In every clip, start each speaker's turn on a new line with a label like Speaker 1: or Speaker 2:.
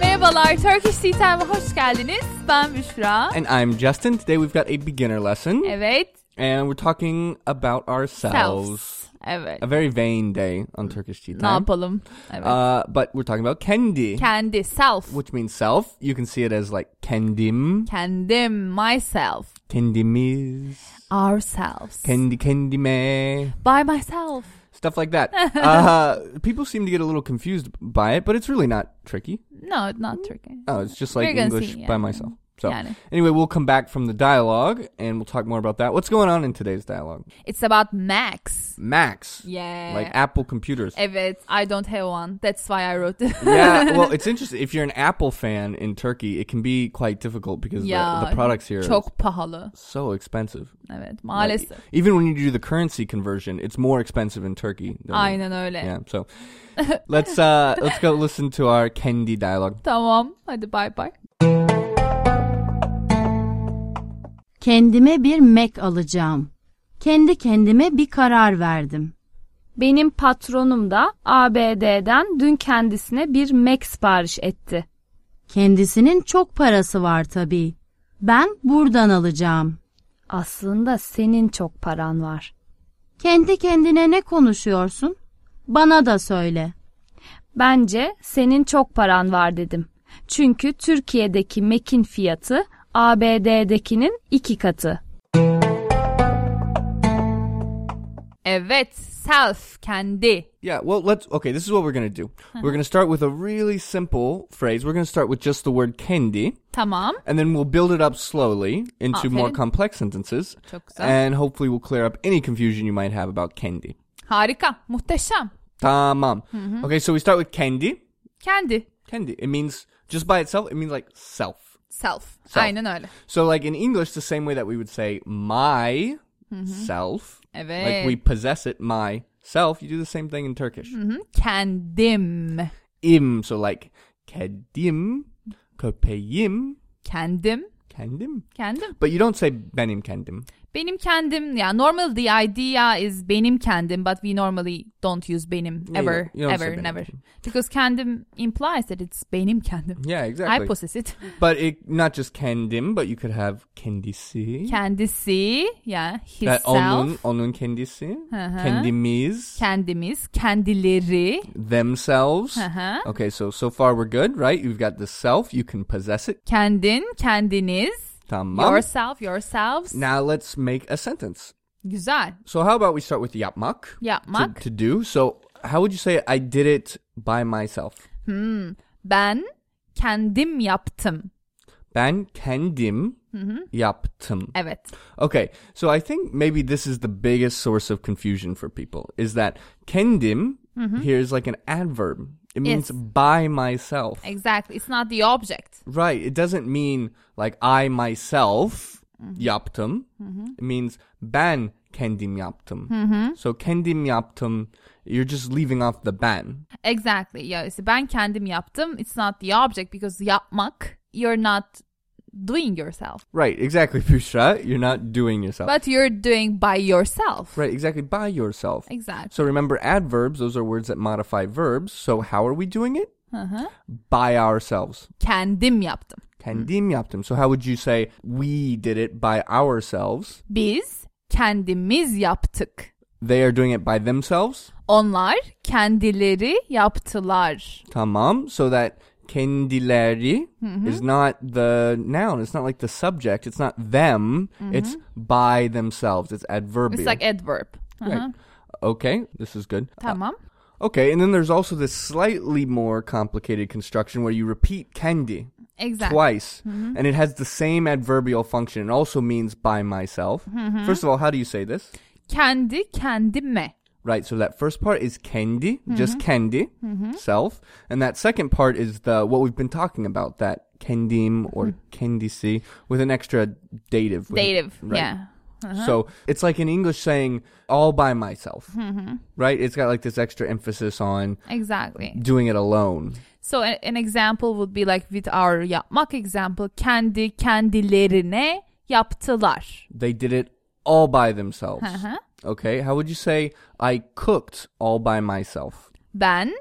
Speaker 1: Merhabalar, Turkish Tea Time'a hoş geldiniz. Ben Büşra.
Speaker 2: And I'm Justin. Today we've got a beginner lesson,
Speaker 1: Evet,
Speaker 2: and we're talking about ourselves.
Speaker 1: selves. Mm. Evet,
Speaker 2: A very vain day on Turkish tea
Speaker 1: ne
Speaker 2: time.
Speaker 1: yapalım? Evet.
Speaker 2: Uh, but we're talking about kendi,
Speaker 1: Kendi, self.
Speaker 2: which means self. You can see it as like kendim,
Speaker 1: Kendim, myself.
Speaker 2: kendimiz,
Speaker 1: Ourselves.
Speaker 2: kendi kendime,
Speaker 1: By myself.
Speaker 2: stuff like that. uh, people seem to get a little confused by it, but it's really not tricky.
Speaker 1: No, not tricky.
Speaker 2: Oh, it's just like
Speaker 1: We're gonna
Speaker 2: English
Speaker 1: see,
Speaker 2: by
Speaker 1: yeah.
Speaker 2: myself. So
Speaker 1: Yani.
Speaker 2: anyway, we'll come back from the dialogue and we'll talk more about that. What's going on in today's dialogue?
Speaker 1: It's about Max.
Speaker 2: Max.
Speaker 1: Yeah.
Speaker 2: Like Apple computers.
Speaker 1: evet, I don't have one. That's why I wrote it.
Speaker 2: yeah, well, it's interesting. If you're an Apple fan in Turkey, it can be quite difficult because
Speaker 1: Yeah,
Speaker 2: the, the products here are
Speaker 1: Çok pahalı.
Speaker 2: so expensive.
Speaker 1: Evet,
Speaker 2: Like,
Speaker 1: maalesef.
Speaker 2: even when you do the currency conversion, it's more expensive in Turkey. Than,
Speaker 1: Aynen öyle.
Speaker 2: Yeah, so let's uh let's go listen to our Kendi dialogue.
Speaker 1: Tamam, hadi bye bye.
Speaker 3: Kendime bir Mac alacağım. Kendi kendime bir karar verdim.
Speaker 4: Benim patronum da ABD'den dün kendisine bir Mac sipariş etti.
Speaker 3: Kendisinin çok parası var tabii. Ben buradan alacağım.
Speaker 4: Aslında senin çok paran var.
Speaker 3: Kendi kendine ne konuşuyorsun? Bana da söyle.
Speaker 4: Bence senin çok paran var dedim. Çünkü Türkiye'deki Mac'in fiyatı ABD'dekinin iki katı.
Speaker 1: Evet, self, kendi.
Speaker 2: Yeah, well, let's. Okay, this is what we're going to do. We're going to start with a really simple phrase. We're going to start with just the word kendi,
Speaker 1: Tamam.
Speaker 2: and then we'll build it up slowly into more
Speaker 1: Aferin.
Speaker 2: complex sentences.
Speaker 1: Çok güzel.
Speaker 2: And hopefully, we'll clear up any confusion you might have about kendi.
Speaker 1: Harika, muhteşem.
Speaker 2: Tamam. Okay, so we start with kendi.
Speaker 1: Kendi,
Speaker 2: Kendi. It means, just by itself, it means like self.
Speaker 1: self.
Speaker 2: Self.
Speaker 1: Aynen öyle.
Speaker 2: So, like in English, the same way that we would say my self, like
Speaker 1: Evet.
Speaker 2: we possess it, my self, you do the same thing in Turkish.
Speaker 1: Mm-hmm. Kendim.
Speaker 2: Im. So, like kedim, köpeğim,
Speaker 1: Kendim.
Speaker 2: kendim.
Speaker 1: Kendim.
Speaker 2: But you don't say benim kendim.
Speaker 1: Benim kendim. Yeah, normal the idea is benim kendim, but we normally don't use benim
Speaker 2: Yeah, you
Speaker 1: ever,
Speaker 2: don't- you don't say
Speaker 1: ever,
Speaker 2: benim
Speaker 1: never.
Speaker 2: kendim.
Speaker 1: Because kendim implies that it's benim kendim.
Speaker 2: Yeah,
Speaker 1: I
Speaker 2: exactly. Hmm.
Speaker 1: possess it.
Speaker 2: but it not just kendim, but you could have kendisi.
Speaker 1: Kendisi. Yeah,
Speaker 2: That
Speaker 1: himself.
Speaker 2: onun, onun kendisi.
Speaker 1: Hı hı.
Speaker 2: Kendimiz.
Speaker 1: Kendimiz. Kendileri.
Speaker 2: themselves.
Speaker 1: Hı-hı.
Speaker 2: Okay, so so far we're good, right? You've got the self, you can possess it.
Speaker 1: Kendin, kendiniz.
Speaker 2: Tamam.
Speaker 1: Yourself, yourselves.
Speaker 2: Now let's make a sentence.
Speaker 1: Güzel.
Speaker 2: So how about we start with yapmak? to-
Speaker 1: Yapmak.
Speaker 2: To, do. So how would you say I did it by myself?
Speaker 1: Ben kendim yaptım.
Speaker 2: Ben kendim
Speaker 1: Mm-hmm.
Speaker 2: yaptım.
Speaker 1: Evet.
Speaker 2: Okay, so I think maybe this is the biggest source of confusion for people is that kendim here is like an adverb. It means
Speaker 1: Mm-hmm. Yes.
Speaker 2: by myself.
Speaker 1: Exactly. It's not the object.
Speaker 2: Right. It doesn't mean like I myself yaptım. It means ben kendim yaptım. So kendim yaptım, you're just leaving off the ben.
Speaker 1: Exactly. Yeah, işte ben kendim yaptım. It's not the object because yapmak you're not doing yourself.
Speaker 2: Right, exactly, Pushra. You're not doing yourself.
Speaker 1: But you're doing by yourself.
Speaker 2: right, exactly, by yourself.
Speaker 1: Exactly.
Speaker 2: So remember adverbs, those are words that modify verbs. So how are we doing it?
Speaker 1: Hı-hı.
Speaker 2: By ourselves.
Speaker 1: Uh-huh. Kendim yaptım.
Speaker 2: Kendim yaptım. So how would you say we did it by ourselves?
Speaker 1: Biz kendimiz yaptık.
Speaker 2: They are doing it by themselves.
Speaker 1: Onlar kendileri yaptılar.
Speaker 2: Tamam. So that kendileri
Speaker 1: Mm-hmm.
Speaker 2: is not the noun. It's not like the subject. It's not them. It's by themselves. It's adverbial.
Speaker 1: Mm-hmm. It's like uh-huh. adverb. Hı hı.
Speaker 2: Right. Okay, this is good.
Speaker 1: Tamam.
Speaker 2: Okay, and then there's also this slightly more complicated construction where you repeat kendi
Speaker 1: Exactly. Mm-hmm.
Speaker 2: twice, and it has the same adverbial function. It also means by myself.
Speaker 1: Mm-hmm.
Speaker 2: First of all, how do you say this?
Speaker 1: Kendi kendime.
Speaker 2: Right, so that first part is kendi,
Speaker 1: Mm-hmm.
Speaker 2: just kendi, self. And that second part is the what we've been talking about, that kendim or kendisi with an extra dative. with-
Speaker 1: Mm-hmm. Dative.
Speaker 2: right.
Speaker 1: Yeah. Uh-huh.
Speaker 2: So it's like in English saying all by myself,
Speaker 1: Mm-hmm.
Speaker 2: right? It's got like this extra emphasis on
Speaker 1: Exactly.
Speaker 2: doing it alone.
Speaker 1: So a- an example would be like with our yapmak example. Kendi kendilerine yaptılar.
Speaker 2: They did it all by themselves.
Speaker 1: Hı hı.
Speaker 2: Okay, how would you say I cooked all by myself?
Speaker 1: Ben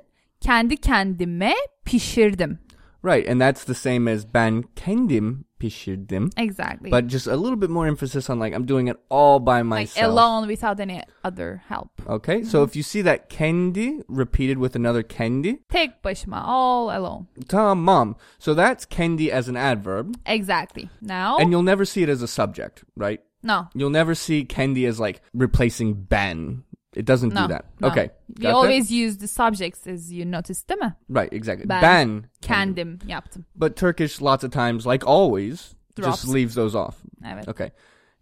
Speaker 1: kendi kendime pişirdim.
Speaker 2: Right, and that's the same as ben kendim pişirdim.
Speaker 1: Exactly.
Speaker 2: But just a little bit more emphasis on like I'm doing it all by
Speaker 1: like
Speaker 2: myself.
Speaker 1: alone Mm-hmm. without any other help.
Speaker 2: Okay, so if you see that kendi repeated with another kendi,
Speaker 1: Tek başıma, all alone.
Speaker 2: Tom, mom. So that's kendi as an adverb,
Speaker 1: Exactly. Now,
Speaker 2: and you'll never see it as a subject, right?
Speaker 1: no.
Speaker 2: You'll never see kendi as like replacing ben. It doesn't
Speaker 1: No,
Speaker 2: do that.
Speaker 1: no.
Speaker 2: Okay,
Speaker 1: We
Speaker 2: got that?
Speaker 1: always use the subjects as you noticed değil mi?
Speaker 2: right exactly
Speaker 1: Ben,
Speaker 2: ben,
Speaker 1: Kendim yaptım.
Speaker 2: But Turkish, lots of times, like always,
Speaker 1: Drops.
Speaker 2: just leaves those off.
Speaker 1: Evet.
Speaker 2: Okay,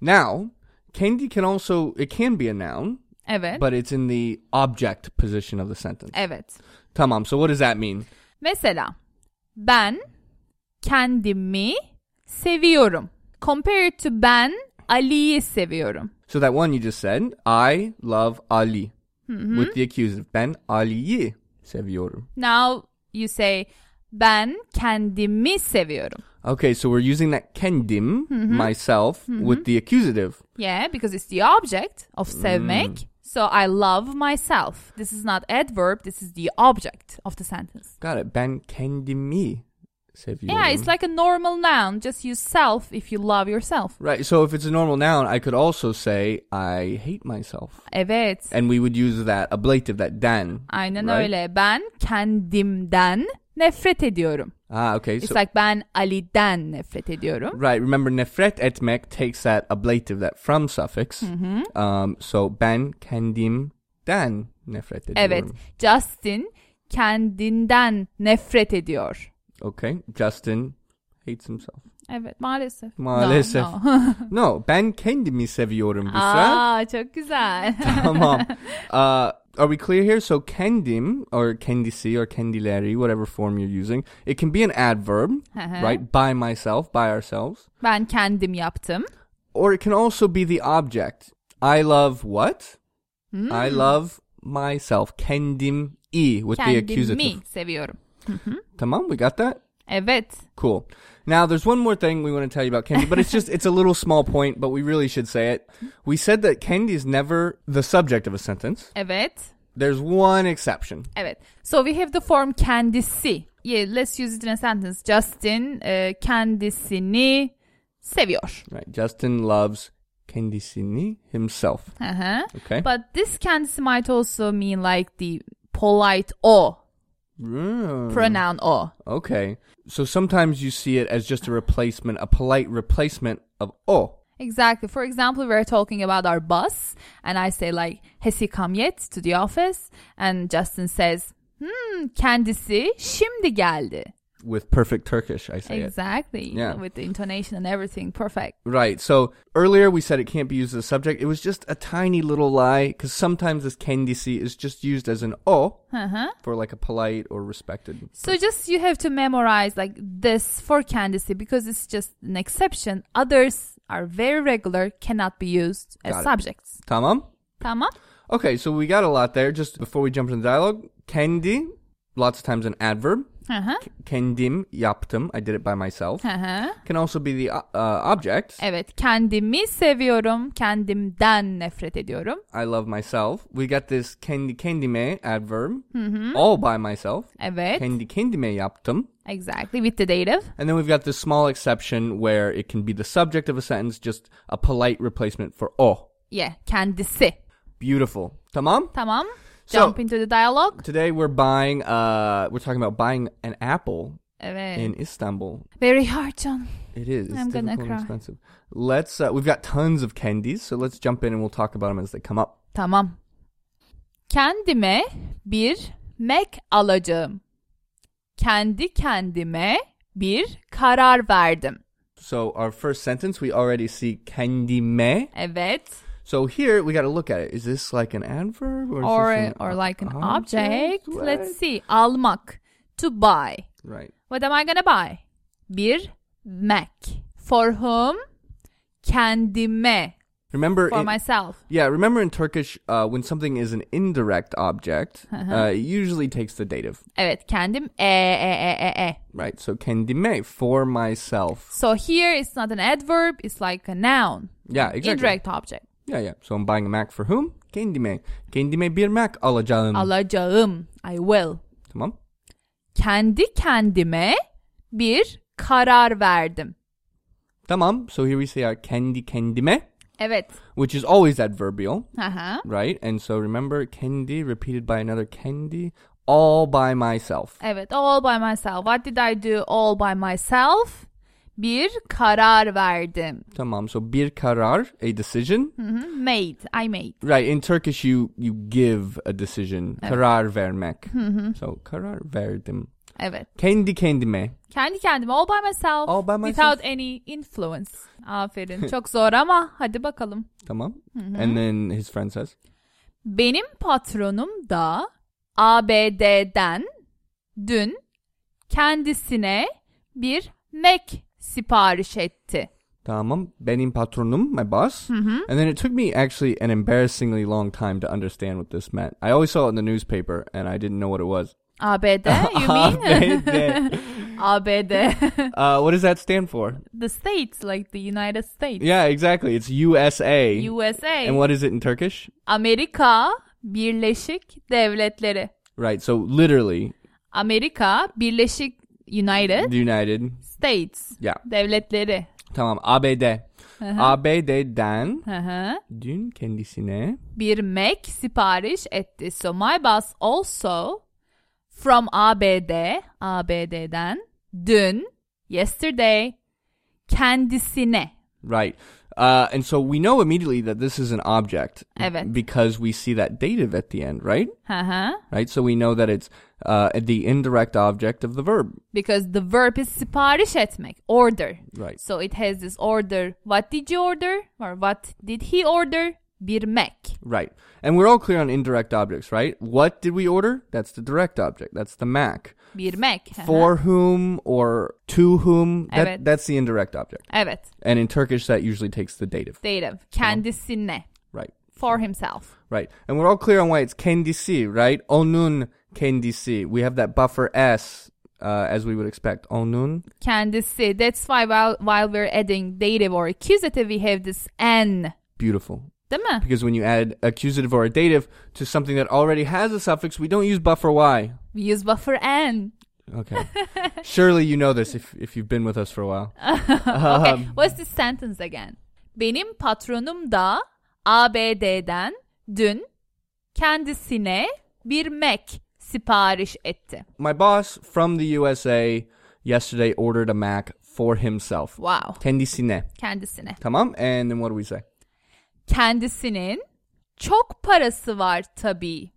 Speaker 2: now kendi can also it can be a noun,
Speaker 1: Evet.
Speaker 2: but it's in the object position of the sentence.
Speaker 1: Evet.
Speaker 2: Tamam. So what does that mean?
Speaker 1: Mesela ben kendimi seviyorum. Compared to ben Ali'yi seviyorum.
Speaker 2: So that one you just said, I love Ali
Speaker 1: Mm-hmm.
Speaker 2: with the accusative. Ben Ali'yi seviyorum.
Speaker 1: Now you say ben kendimi seviyorum.
Speaker 2: Okay, so we're using that kendim,
Speaker 1: Mm-hmm.
Speaker 2: myself, with the accusative.
Speaker 1: Yeah, because it's the object of sevmek. So I love myself. This is not adverb, this is the object of the sentence.
Speaker 2: Got it. Ben kendimi seviyorum.
Speaker 1: Yeah, it's like a normal noun. Just use self if you love yourself.
Speaker 2: Right, so if it's a normal noun, I could also say I hate myself.
Speaker 1: Evet.
Speaker 2: And we would use that ablative, that den.
Speaker 1: Aynen
Speaker 2: right?
Speaker 1: öyle. Ben kendimden nefret ediyorum.
Speaker 2: Ah, okay.
Speaker 1: It's
Speaker 2: So,
Speaker 1: like ben Ali'den nefret ediyorum.
Speaker 2: right, remember nefret etmek takes that ablative, that from suffix. Um, so ben kendimden nefret ediyorum.
Speaker 1: Evet. Justin kendinden nefret ediyor.
Speaker 2: Okay, Justin hates himself.
Speaker 1: Evet maalesef. No,
Speaker 2: Maalesef.
Speaker 1: no.
Speaker 2: No, ben kendimi seviyorum Busra.
Speaker 1: Aa çok güzel.
Speaker 2: Tamam. Uh, are we clear here? So kendim or kendisi or kendileri, whatever form you're using, it can be an adverb,
Speaker 1: Hı hı.
Speaker 2: right? By myself, by ourselves.
Speaker 1: ben kendim yaptım.
Speaker 2: Or it can also be the object. I love what?
Speaker 1: Hmm.
Speaker 2: I love myself. Kendim i with the
Speaker 1: Kendimi
Speaker 2: accusative.
Speaker 1: seviyorum.
Speaker 2: Tamam, we got that?
Speaker 1: Evet.
Speaker 2: Cool. Now, there's one more thing we want to tell you about Kendi, but it's just, it's a little small point, but we really should say it. We said that Kendi is never the subject of a sentence.
Speaker 1: Evet.
Speaker 2: There's one exception.
Speaker 1: Evet. So we have the form kendisi. Yeah, let's use it in a sentence. Justin e, kendisini seviyor.
Speaker 2: Right. Justin loves Kendisini himself.
Speaker 1: Hı hı.
Speaker 2: Okay.
Speaker 1: But this kendisi might also mean like the polite o,
Speaker 2: Mm,
Speaker 1: pronoun o.
Speaker 2: okay. So sometimes you see it as just a replacement, a polite replacement of oh.
Speaker 1: Exactly. For example, we're talking about our bus, and I say like, "Has he come yet to the office?" And Justin says, "Hmm, kendisi şimdi geldi."
Speaker 2: With perfect Turkish, I say it.
Speaker 1: Exactly.
Speaker 2: Yeah.
Speaker 1: With the intonation and everything, perfect.
Speaker 2: Right. So earlier we said it can't be used as a subject. It was just a tiny little lie because sometimes this kendisi is just used as an o
Speaker 1: Hı hı.
Speaker 2: for like a polite or respected.
Speaker 1: Uh-huh. So just you have to memorize like this for kendisi because it's just an exception. Others are very regular, cannot be used as
Speaker 2: Got it.
Speaker 1: subjects.
Speaker 2: Tamam.
Speaker 1: Tamam.
Speaker 2: Okay, so we got a lot there. Just before we jump into the dialogue, kendi, lots of times an adverb.
Speaker 1: Hı hı.
Speaker 2: Kendim yaptım. I did it by myself.
Speaker 1: Hı hı.
Speaker 2: Can also be the uh, uh, object.
Speaker 1: Uh-huh. Evet, kendimi seviyorum, kendimden nefret ediyorum.
Speaker 2: I love myself. We got this kendi kendime adverb. All by myself.
Speaker 1: Evet.
Speaker 2: Kendi kendime yaptım.
Speaker 1: Exactly, with the dative.
Speaker 2: And then we've got this small exception where it can be the subject of a sentence, just a polite replacement for o.
Speaker 1: Yeah, kendisi.
Speaker 2: Beautiful. Tamam?
Speaker 1: Tamam.
Speaker 2: So-
Speaker 1: Jump into the dialogue.
Speaker 2: Today we're buying uh we're talking about buying an apple
Speaker 1: Evet.
Speaker 2: in Istanbul.
Speaker 1: Very hard, John.
Speaker 2: It is. It's
Speaker 1: I'm gonna
Speaker 2: difficult and
Speaker 1: cry.
Speaker 2: expensive. Let's uh, we've got tons of candies, so let's jump in and we'll talk about them as they come up.
Speaker 1: Tamam. Kendime bir Mac alacağım. Kendi kendime bir karar verdim.
Speaker 2: So our first sentence we already see kendime.
Speaker 1: Evet.
Speaker 2: So here we got to look at it. Is this like an adverb or is
Speaker 1: Or
Speaker 2: this an
Speaker 1: or
Speaker 2: o-
Speaker 1: like an object.
Speaker 2: What?
Speaker 1: Let's see. Almak. To buy.
Speaker 2: Right.
Speaker 1: What am I gonna buy? Bir Mac. For whom? Kendime.
Speaker 2: Remember
Speaker 1: For
Speaker 2: in-
Speaker 1: myself.
Speaker 2: Yeah, remember in Turkish, uh, when something is an indirect object, uh, it usually takes the dative,
Speaker 1: Evet kendim e e e e e.
Speaker 2: right? So kendime, for myself.
Speaker 1: So here it's not an adverb, it's like a noun.
Speaker 2: Yeah, exactly.
Speaker 1: Indirect object.
Speaker 2: Yeah, yeah. So I'm buying a Mac for whom? Kendime. Kendime bir Mac Hmm. alacağım.
Speaker 1: Alacağım. I will.
Speaker 2: tamam.
Speaker 1: Kendi kendime bir karar verdim.
Speaker 2: Tamam. So here we say our kendi kendime,
Speaker 1: Evet.
Speaker 2: which is always adverbial,
Speaker 1: Aha.
Speaker 2: right? And so remember kendi repeated by another kendi, all by myself.
Speaker 1: Evet. All by myself. What did I do all by myself? Bir karar verdim.
Speaker 2: Tamam. So bir karar, a decision.
Speaker 1: Hı, Made. I made.
Speaker 2: Right. In Turkish, you you give a decision. Karar vermek. So karar verdim.
Speaker 1: Evet.
Speaker 2: Kendi kendime.
Speaker 1: Kendi kendime all by myself.
Speaker 2: All by myself.
Speaker 1: Without any influence. Aferin. Çok zor ama hadi bakalım.
Speaker 2: Tamam. And then his friend says,
Speaker 1: Benim patronum da ABD'den dün kendisine bir Mac sipariş etti.
Speaker 2: Tamam. Benim patronum, my boss. And then it took me actually an embarrassingly long time to understand what this meant. I always saw it in the newspaper and I didn't know what it was.
Speaker 1: ABD you mean?
Speaker 2: ABD.
Speaker 1: ABD.
Speaker 2: uh, what does that stand for?
Speaker 1: the States like the United States.
Speaker 2: Yeah, exactly. It's USA.
Speaker 1: USA.
Speaker 2: and what is it in Turkish?
Speaker 1: Amerika Birleşik Devletleri.
Speaker 2: Right. So literally,
Speaker 1: Amerika Birleşik United
Speaker 2: the United.
Speaker 1: States
Speaker 2: Yeah.
Speaker 1: devletleri.
Speaker 2: Tamam. ABD. ABD'den
Speaker 1: Hı hı.
Speaker 2: dün kendisine
Speaker 1: bir Mac sipariş etti. So my boss also from ABD, ABD'den dün, yesterday kendisine.
Speaker 2: Right. Uh, and so we know immediately that this is an object
Speaker 1: Evet.
Speaker 2: because we see that dative at the end, right?
Speaker 1: Hı hı.
Speaker 2: Right. So we know that it's uh, the indirect object of the verb.
Speaker 1: Because the verb is siparish etmek, order.
Speaker 2: Right.
Speaker 1: So it has this order. What did you order? Or what did he order? Bir Mac.
Speaker 2: Right. And we're all clear on indirect objects, right? What did we order? That's the direct object. That's the Mac.
Speaker 1: Bir Mac. Hı hı.
Speaker 2: For whom or to whom? That,
Speaker 1: Evet.
Speaker 2: That's the indirect object.
Speaker 1: Evet.
Speaker 2: And in Turkish, that usually takes the dative.
Speaker 1: Dative. Kendisine.
Speaker 2: Right.
Speaker 1: For himself.
Speaker 2: Right. And we're all clear on why it's kendisi, right? Onun kendisi. We have that buffer S uh, as we would expect. Onun.
Speaker 1: Kendisi. That's why while, while we're adding dative or accusative we have this n.
Speaker 2: Beautiful.
Speaker 1: Değil mi?
Speaker 2: Because when you add accusative or a dative to something that already has a suffix, we don't use buffer y.
Speaker 1: We use buffer n.
Speaker 2: Okay. Surely you know this if, if you've been with us for a while.
Speaker 1: Okay. What's this sentence again? Benim patronum da ABD'den dün kendisine bir Mac sipariş etti.
Speaker 2: My boss from the USA yesterday ordered a Mac for himself.
Speaker 1: Wow.
Speaker 2: Kendisine.
Speaker 1: Kendisine.
Speaker 2: Tamam? And then what do we say?
Speaker 1: Kendisinin çok parası var tabii.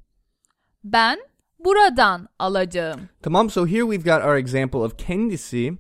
Speaker 1: Ben buradan alacağım.
Speaker 2: Tamam. So here we've got our example of kendisi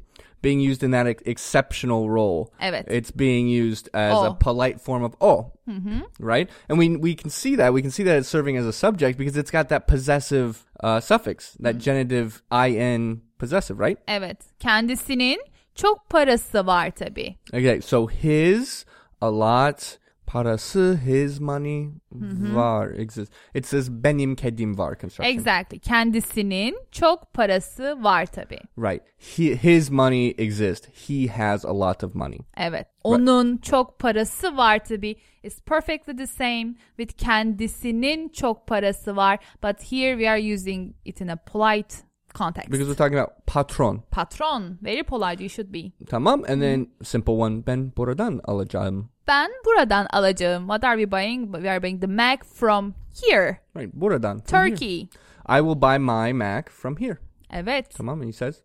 Speaker 2: being used in that ex- exceptional role.
Speaker 1: Evet.
Speaker 2: It's being used as a
Speaker 1: O.
Speaker 2: polite form of oh. Mm-hmm. Right? And we we can see that. We can see that it's serving as a subject because it's got that possessive uh, suffix, that
Speaker 1: Mm-hmm.
Speaker 2: genitive in possessive, right?
Speaker 1: Evet. Kendisinin çok parası var tabii.
Speaker 2: Okay, so his a lot parası his money
Speaker 1: Mm-hmm.
Speaker 2: var exists. It says benim kedim var construction.
Speaker 1: Exactly. Kendisinin çok parası var tabii.
Speaker 2: Right. He, his money exists. He has a lot of money.
Speaker 1: Evet. Onun çok parası var tabii. It's perfectly the same with kendisinin çok parası var. But here we are using it in a polite context.
Speaker 2: Because we're talking about patron.
Speaker 1: Patron. Very polite you should be.
Speaker 2: Tamam. And then simple one. Ben buradan alacağım.
Speaker 1: Ben buradan alacağım. What are we buying? We are buying the Mac from here.
Speaker 2: Right. Buradan. from here.
Speaker 1: Turkey.
Speaker 2: I will buy my Mac from here.
Speaker 1: Evet.
Speaker 2: Tamam. And he says.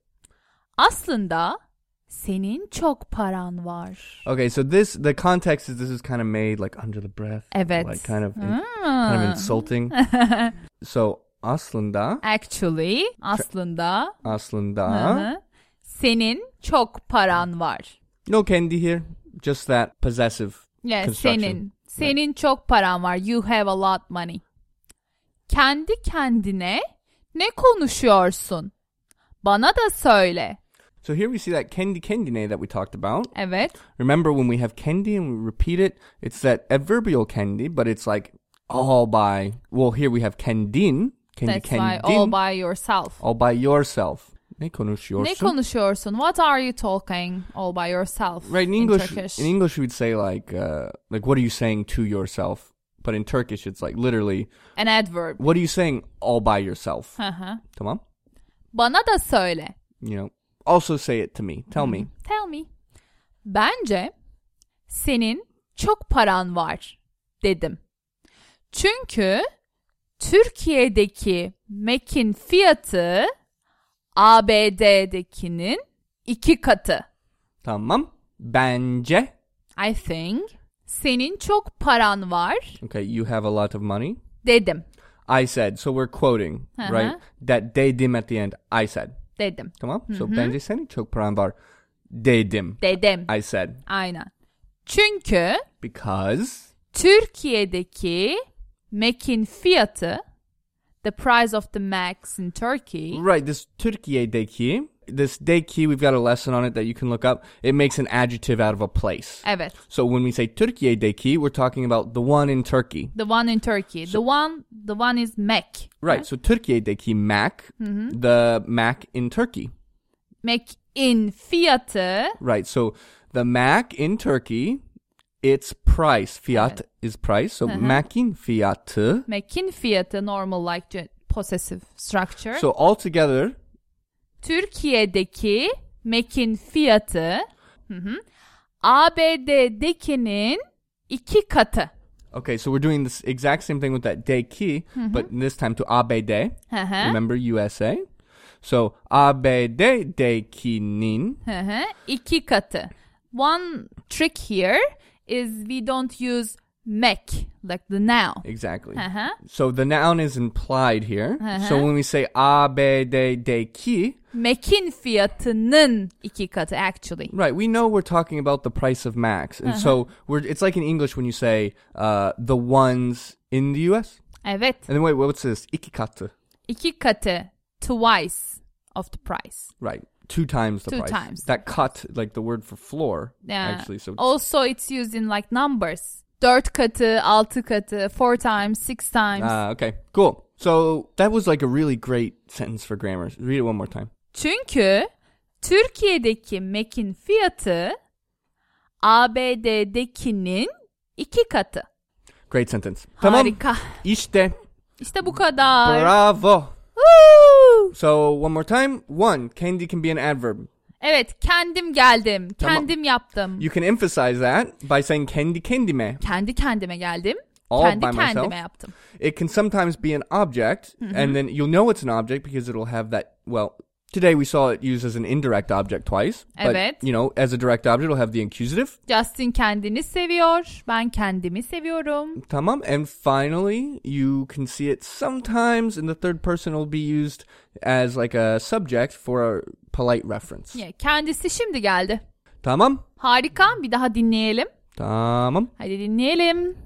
Speaker 1: Aslında senin çok paran var.
Speaker 2: Okay, so this the context is this is kind of made like under the breath.
Speaker 1: Evet. Hmm.
Speaker 2: Like kind of in-
Speaker 1: Ah.
Speaker 2: kind of insulting. so aslında
Speaker 1: Actually, aslında
Speaker 2: aslında
Speaker 1: Hı. senin çok paran var.
Speaker 2: no kendi here, just that possessive
Speaker 1: Yeah,
Speaker 2: construction.
Speaker 1: senin. Senin çok paran var. You have a lot money. Kendi kendine ne konuşuyorsun? Bana da söyle.
Speaker 2: So here we see that kendi kendine that we talked about.
Speaker 1: Evet.
Speaker 2: Remember when we have kendi and we repeat it, it's that adverbial kendi, but it's like all by. Well, here we have kendin, kendi
Speaker 1: That's why
Speaker 2: kendin,
Speaker 1: all by yourself.
Speaker 2: all by yourself. Ne konuşuyorsun?
Speaker 1: Ne konuşuyorsun? What are you talking all by yourself?
Speaker 2: Right in English,
Speaker 1: Turkish.
Speaker 2: in English we'd say like uh, like what are you saying to yourself? But in Turkish it's like literally
Speaker 1: An adverb.
Speaker 2: what are you saying all by yourself?
Speaker 1: Hı hı.
Speaker 2: Tamam?
Speaker 1: Bana da söyle.
Speaker 2: You know, Also say it to me. Tell me.
Speaker 1: Tell me. Bence senin çok paran var dedim. Çünkü Türkiye'deki Mac'in fiyatı ABD'dekinin iki katı. Mm-hmm.
Speaker 2: Tamam. Bence.
Speaker 1: I think senin çok paran var
Speaker 2: Okay, you have a lot of money.
Speaker 1: dedim.
Speaker 2: I said. So we're quoting,
Speaker 1: Uh-huh.
Speaker 2: right? That dedim at the end. I said.
Speaker 1: Dedim.
Speaker 2: Tamam. So bence senin çok paran var. Dedim.
Speaker 1: Dedim.
Speaker 2: I said.
Speaker 1: Aynen. Çünkü
Speaker 2: Because
Speaker 1: Türkiye'deki Mac'in fiyatı the price of the Macs in Turkey
Speaker 2: Right, this Türkiye'deki, this deki, we've got a lesson on it that you can look up. It makes an adjective out of a place.
Speaker 1: Evet.
Speaker 2: So when we say Türkiye'deki, we're talking about the one in Turkey.
Speaker 1: The one in Turkey. the one the one is Mac.
Speaker 2: Right, so Türkiye'deki Mac, the Mac in Turkey.
Speaker 1: Mac'in fiyatı
Speaker 2: Right, so the Mac in Turkey, its price, fiat is price, so Mac'in fiyatı.
Speaker 1: Mac'in fiyatı normal like ge- possessive structure.
Speaker 2: So altogether,
Speaker 1: Türkiye'deki Mac'in fiyatı hı hı, ABD'dekinin iki katı.
Speaker 2: okay, so we're doing this exact same thing with that deki, but this time to ABD.
Speaker 1: Hı hı,
Speaker 2: Remember USA? So ABD'dekinin
Speaker 1: hı hı, iki katı. One trick here is we don't use Mac like the noun.
Speaker 2: exactly.
Speaker 1: Hı hı.
Speaker 2: So the noun is implied here. So when we say ABD'deki,
Speaker 1: Mac'in fiyatının iki katı actually.
Speaker 2: right, we know we're talking about the price of max. And
Speaker 1: Uh-huh.
Speaker 2: so we're it's like in English when you say uh, the ones in the US.
Speaker 1: Evet.
Speaker 2: And then wait, what's this? Ikikata.
Speaker 1: iki katı twice of the price.
Speaker 2: Right. Two times the
Speaker 1: Two
Speaker 2: price.
Speaker 1: times.
Speaker 2: That cut like the word for floor
Speaker 1: Yeah.
Speaker 2: actually. So
Speaker 1: Ee, also it's used in like numbers. Dört katı, altı katı, four times, six times.
Speaker 2: Ah, okay. Cool. So that was like a really great sentence for grammar. Read it one more time.
Speaker 1: Çünkü Türkiye'deki Mac'in fiyatı ABD'dekinin iki katı.
Speaker 2: Great sentence. Tamam.
Speaker 1: Harika.
Speaker 2: İşte.
Speaker 1: İşte bu kadar.
Speaker 2: Bravo.
Speaker 1: Woo!
Speaker 2: So one more time. One, candy can be an adverb.
Speaker 1: Evet, kendim geldim.
Speaker 2: Tamam.
Speaker 1: Kendim yaptım.
Speaker 2: You can emphasize that by saying kendi kendime.
Speaker 1: Kendi kendime geldim.
Speaker 2: All
Speaker 1: kendi
Speaker 2: by
Speaker 1: kendime
Speaker 2: myself.
Speaker 1: yaptım.
Speaker 2: It can sometimes be an object, and then you'll know it's an object because it'll have that. Well, today we saw it used as an indirect object twice.
Speaker 1: Evet.
Speaker 2: But, you know, as a direct object, it'll have the accusative.
Speaker 1: Justin kendini seviyor. Ben kendimi seviyorum.
Speaker 2: Tamam. And finally, you can see it sometimes in the third person will be used as like a subject for a polite reference.
Speaker 1: Ya, Kendisi şimdi geldi.
Speaker 2: Tamam.
Speaker 1: Harika. Bir daha dinleyelim.
Speaker 2: Tamam.
Speaker 1: Hadi dinleyelim.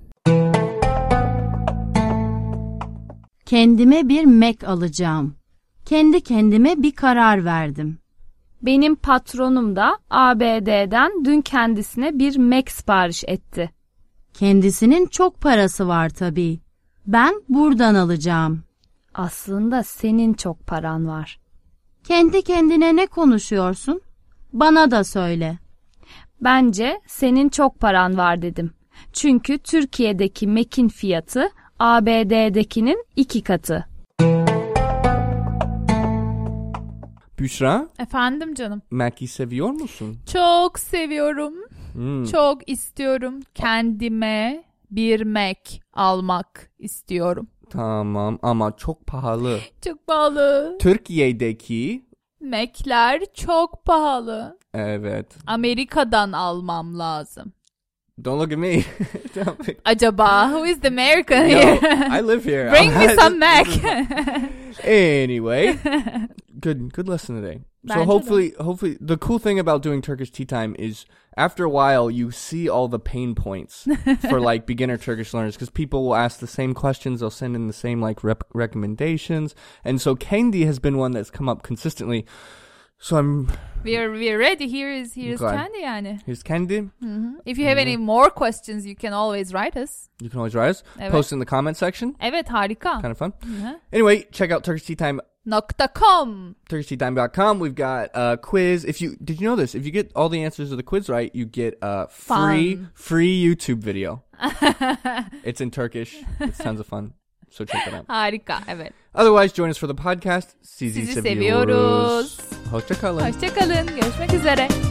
Speaker 3: Kendime bir Mac alacağım. Kendi kendime bir karar verdim.
Speaker 4: Benim patronum da ABD'den dün kendisine bir Mac sipariş etti.
Speaker 3: Kendisinin çok parası var tabii. Ben buradan alacağım.
Speaker 4: Aslında senin çok paran var.
Speaker 3: Kendi kendine ne konuşuyorsun? Bana da söyle.
Speaker 4: Bence senin çok paran var dedim. Çünkü Türkiye'deki Mac'in fiyatı ABD'dekinin iki katı.
Speaker 2: Büşra,
Speaker 1: Efendim canım.
Speaker 2: Mac'i seviyor musun?
Speaker 1: Çok seviyorum.
Speaker 2: Hmm.
Speaker 1: Çok istiyorum. Kendime bir Mac almak istiyorum.
Speaker 2: Tamam ama çok pahalı.
Speaker 1: Çok pahalı.
Speaker 2: Türkiye'deki
Speaker 1: Mac'ler çok pahalı.
Speaker 2: evet.
Speaker 1: Amerika'dan almam lazım.
Speaker 2: Don't look at me. Don't be-
Speaker 1: Acaba who is the American
Speaker 2: No,
Speaker 1: here?
Speaker 2: I live here.
Speaker 1: Bring me some Mac.
Speaker 2: anyway, good good lesson today.
Speaker 1: Bence
Speaker 2: so
Speaker 1: de.
Speaker 2: hopefully hopefully the cool thing about doing Turkish tea time is after a while you see all the pain points for like beginner Turkish learners because people will ask the same questions, they'll send in the same like rep- recommendations, and so Kendi has been one that's come up consistently. So I'm
Speaker 1: we're we're ready. Here is here is
Speaker 2: Okay.
Speaker 1: Kendi yani.
Speaker 2: here's Kendi.
Speaker 1: If you have any more questions, you can always write us.
Speaker 2: You can always write us.
Speaker 1: Evet.
Speaker 2: Post in the comment section.
Speaker 1: Evet harika.
Speaker 2: Kind of fun. Anyway, check out Turkish Tea Time,
Speaker 1: Nokta com.
Speaker 2: turkishteatime.com. We've got a quiz. If you did you know this? If you get all the answers to the quiz right, you get a free
Speaker 1: Fun.
Speaker 2: free YouTube video. it's in Turkish. It's tons of fun. So check it out.
Speaker 1: Harika evet.
Speaker 2: Otherwise, join us for the podcast. Sizi,
Speaker 1: Sizi seviyoruz.
Speaker 2: Hoşçakalın.
Speaker 1: Hoşçakalın. Görüşmek üzere.